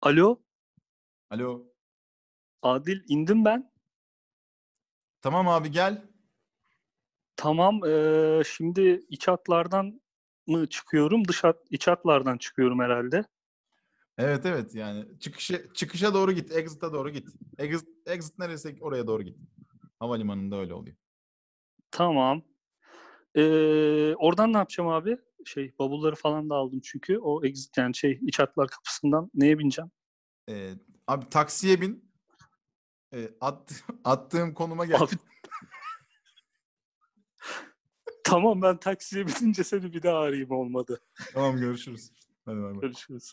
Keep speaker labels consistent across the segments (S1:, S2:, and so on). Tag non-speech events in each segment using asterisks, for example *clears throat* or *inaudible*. S1: Alo,
S2: Alo.
S1: Adil indim ben.
S2: Tamam abi gel.
S1: Tamam, eee, şimdi iç hatlardan mı çıkıyorum, dış hat, iç hatlardan çıkıyorum herhalde.
S2: Evet evet yani çıkışa çıkışa doğru git. Exit'e doğru git. Exit, exit neresi oraya doğru git. Havalimanında öyle oluyor.
S1: Tamam. Eee, oradan ne yapacağım abi? Şey, bavulları falan da aldım çünkü. O exit yani şey, iç hatlar kapısından neye bineceğim?
S2: Ee, abi taksiye bin. Ee, at, *laughs* attığım konuma gel.
S1: Abi *laughs* Tamam ben taksiye *laughs* binince seni bir daha arayayım olmadı.
S2: Tamam görüşürüz. Hadi
S1: *laughs*
S2: bay bay.
S1: Görüşürüz.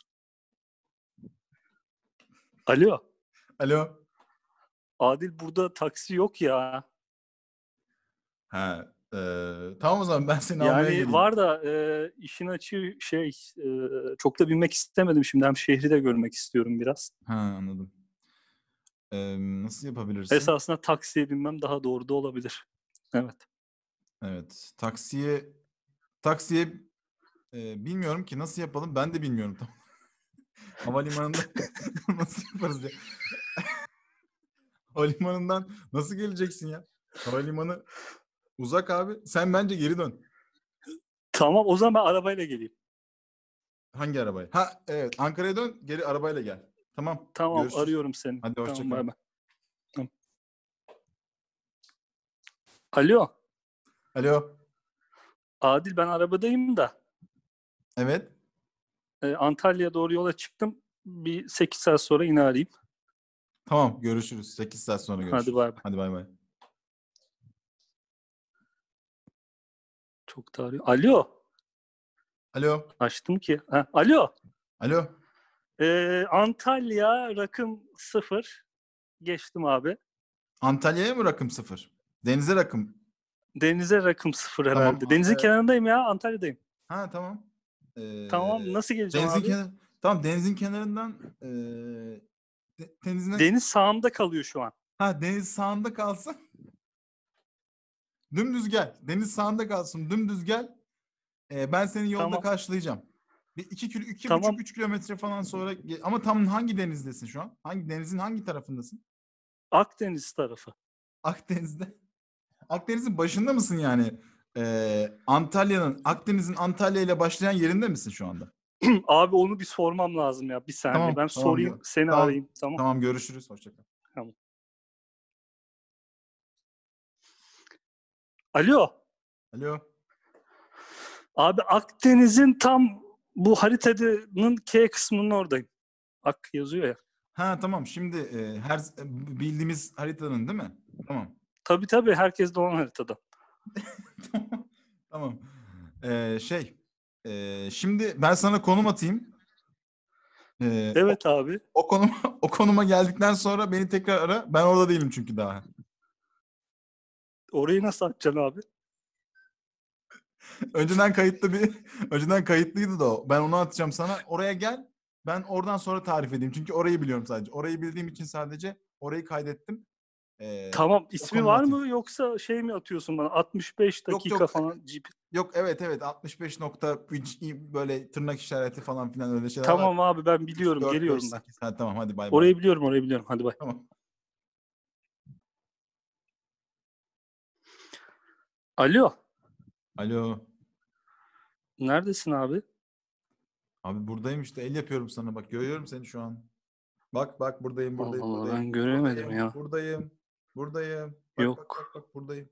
S1: Alo,
S2: Alo.
S1: Adil burada taksi yok ya.
S2: Ha, eee, tamam o zaman ben seni almaya geleyim.
S1: Yani var da e, işin açığı şey e, çok da binmek istemedim şimdi hem şehri de görmek istiyorum biraz.
S2: Ha, anladım. Eee, nasıl yapabilirsin?
S1: Esasında taksiye binmem daha doğru da olabilir. Evet.
S2: Evet. Taksiye taksiye e, bilmiyorum ki nasıl yapalım ben de bilmiyorum tam. *laughs* Havalimanında *laughs* nasıl yaparız ya? *laughs* Havalimanından nasıl geleceksin ya? Havalimanı uzak abi. Sen bence geri dön.
S1: Tamam o zaman ben arabayla geleyim.
S2: Hangi arabaya? Ha evet Ankara'ya dön geri arabayla gel. Tamam.
S1: Tamam
S2: görüşürüz.
S1: arıyorum seni.
S2: Hadi
S1: Tamam,
S2: hoşça kal.
S1: bay bay. Tamam. Alo
S2: Alo.
S1: Adil ben arabadayım da
S2: Evet.
S1: e, Antalya'ya doğru yola çıktım. Bir 8 saat sonra yine arayayım.
S2: Tamam görüşürüz. 8 saat sonra görüşürüz.
S1: Hadi bay bay.
S2: Hadi bay bay.
S1: Çok da arıyor. Alo
S2: Alo.
S1: açtım ki. Ha, alo.
S2: Alo.
S1: Ee, Antalya rakım sıfır. Geçtim abi.
S2: Antalya'ya mı rakım sıfır? Denize rakım
S1: Denize rakım sıfır
S2: Tamam,
S1: herhalde. Denizin
S2: Antalya.
S1: kenarındayım ya Antalya'dayım.
S2: Ha tamam. Ee,
S1: Tamam nasıl geleceğim
S2: denizin
S1: abi?
S2: kenar- tamam denizin kenarından ee, de- denizin
S1: Deniz sağımda kalıyor şu an.
S2: ha deniz sağında kalsın. Dümdüz gel. Deniz sağında kalsın. Dümdüz gel. Ee, ben seni yolda
S1: Tamam.
S2: karşılayacağım. Bir iki kilo, iki
S1: Tamam.
S2: buçuk, üç kilometre falan sonra. ge- Ama tam hangi denizdesin şu an? Hangi denizin hangi tarafındasın? *laughs*
S1: Akdeniz tarafı. *clears throat*
S2: Akdeniz'de. Akdeniz'in başında mısın yani? Ee, Antalya'nın, Akdeniz'in Antalya ile başlayan yerinde misin şu anda?
S1: abi onu bir sormam lazım ya. Bir saniye
S2: Tamam,
S1: ben
S2: tamam,
S1: sorayım
S2: yok.
S1: seni
S2: Tamam,
S1: arayayım. Tamam.
S2: Tamam görüşürüz. Hoşça kal.
S1: Alo.
S2: Alo.
S1: Abi Akdeniz'in tam bu haritanın K kısmının oradayım. Ak yazıyor ya.
S2: Ha tamam şimdi e, her z- e, b- bildiğimiz haritanın değil mi? Tamam. *laughs*
S1: Tabii tabii herkes de olan haritada.
S2: Tamam. Ee, şey e, şimdi ben sana konum atayım. Ee, o-
S1: Evet abi.
S2: O, konuma *laughs* o konuma geldikten sonra beni tekrar ara. Ben orada değilim çünkü daha.
S1: Orayı nasıl atacaksın abi?
S2: Önceden kayıtlı bir *laughs* önceden kayıtlıydı da o. Ben onu atacağım sana. Oraya gel. Ben oradan sonra tarif edeyim. Çünkü orayı biliyorum sadece. Orayı bildiğim için sadece orayı kaydettim. Ee,
S1: Tamam ismi
S2: konum
S1: var
S2: atayım.
S1: mı yoksa şey mi atıyorsun bana 65
S2: Yok,
S1: dakika
S2: yok.
S1: falan GP.
S2: Yok evet evet 65 nokta böyle tırnak işareti falan filan öyle şeyler var.
S1: Tamam abi ben biliyorum
S2: 4,
S1: geliyorum ben.
S2: Ha, tamam hadi bay bay.
S1: Orayı biliyorum orayı biliyorum hadi bay.
S2: Tamam.
S1: Alo
S2: Alo.
S1: neredesin abi?
S2: Abi buradayım işte el yapıyorum sana bak görüyorum seni şu an. Bak bak buradayım buradayım
S1: Allah Allah
S2: buradayım.
S1: ben göremedim
S2: buradayım,
S1: ya.
S2: Buradayım. Buradayım. Bak,
S1: Yok.
S2: Bak, bak bak buradayım.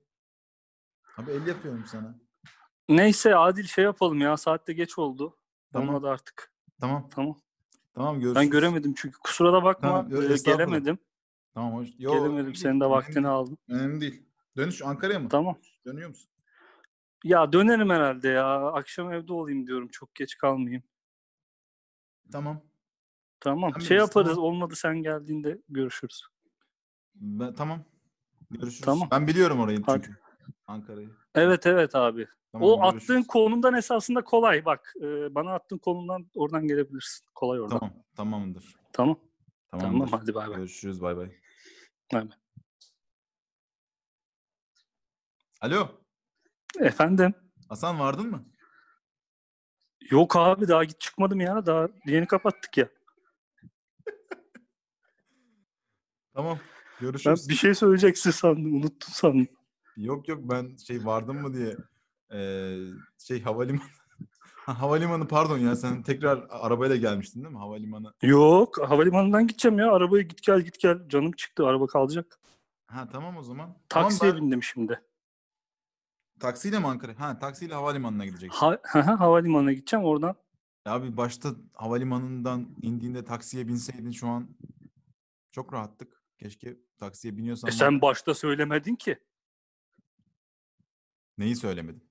S2: Abi el yapıyorum sana.
S1: Neyse Adil şey yapalım ya saatte geç oldu.
S2: Tamam.
S1: Olmadı artık.
S2: Tamam.
S1: Tamam.
S2: Tamam görüşürüz.
S1: Ben göremedim çünkü kusura da bakma
S2: Tamam, yok,
S1: e,
S2: estağfurullah.
S1: gelemedim.
S2: Tamam hoş. Yo, önemli
S1: gelemedim
S2: değil,
S1: senin de
S2: önemli
S1: vaktini
S2: değil,
S1: aldım.
S2: Önemli değil. Dönüş Ankara'ya mı?
S1: Tamam.
S2: Dönüyor musun?
S1: Ya dönerim herhalde ya. Akşam evde olayım diyorum. Çok geç kalmayayım.
S2: Tamam.
S1: Tamam.
S2: Tamam,
S1: şey
S2: biz-
S1: yaparız.
S2: tamam.
S1: Olmadı sen geldiğinde görüşürüz.
S2: Ben, tamam. Görüşürüz.
S1: Tamam.
S2: Ben biliyorum orayı
S1: Hadi.
S2: çünkü. Ankara'yı.
S1: Evet evet abi.
S2: Tamam,
S1: o
S2: görüşürüz.
S1: attığın konumdan esasında kolay bak. e, bana attığın konumdan oradan gelebilirsin. Kolay oradan.
S2: Tamam. Tamamdır.
S1: Tamam. Tamam,
S2: Tamamdır.
S1: hadi bay bay.
S2: Görüşürüz bay bay.
S1: Bay bay.
S2: Alo.
S1: Efendim.
S2: Hasan vardın mı?
S1: Yok abi daha git çıkmadım ya. Daha yeni kapattık ya.
S2: Tamam.
S1: Ben
S2: Görüşürüz.
S1: bir şey söyleyeceksin sandım. Unuttum sandım.
S2: Yok yok ben şey vardım mı diye eee, şey havalimanı *laughs* Ha, havalimanı pardon ya sen tekrar arabayla gelmiştin değil mi havalimanı?
S1: Yok havalimanından gideceğim ya. Arabaya git gel git gel. Canım çıktı. Araba kalacak.
S2: Ha tamam o zaman. Tamam,
S1: Taksiye
S2: ben-
S1: bindim şimdi.
S2: taksiyle mi Ankara? Ha taksiyle havalimanına gideceksin.
S1: Ha, havalimanına gideceğim. Oradan
S2: Ya Abi başta havalimanından indiğinde taksiye binseydin şu an çok rahattık. Keşke taksiye biniyorsan
S1: E
S2: bak-
S1: sen başta söylemedin ki.
S2: neyi söylemedin?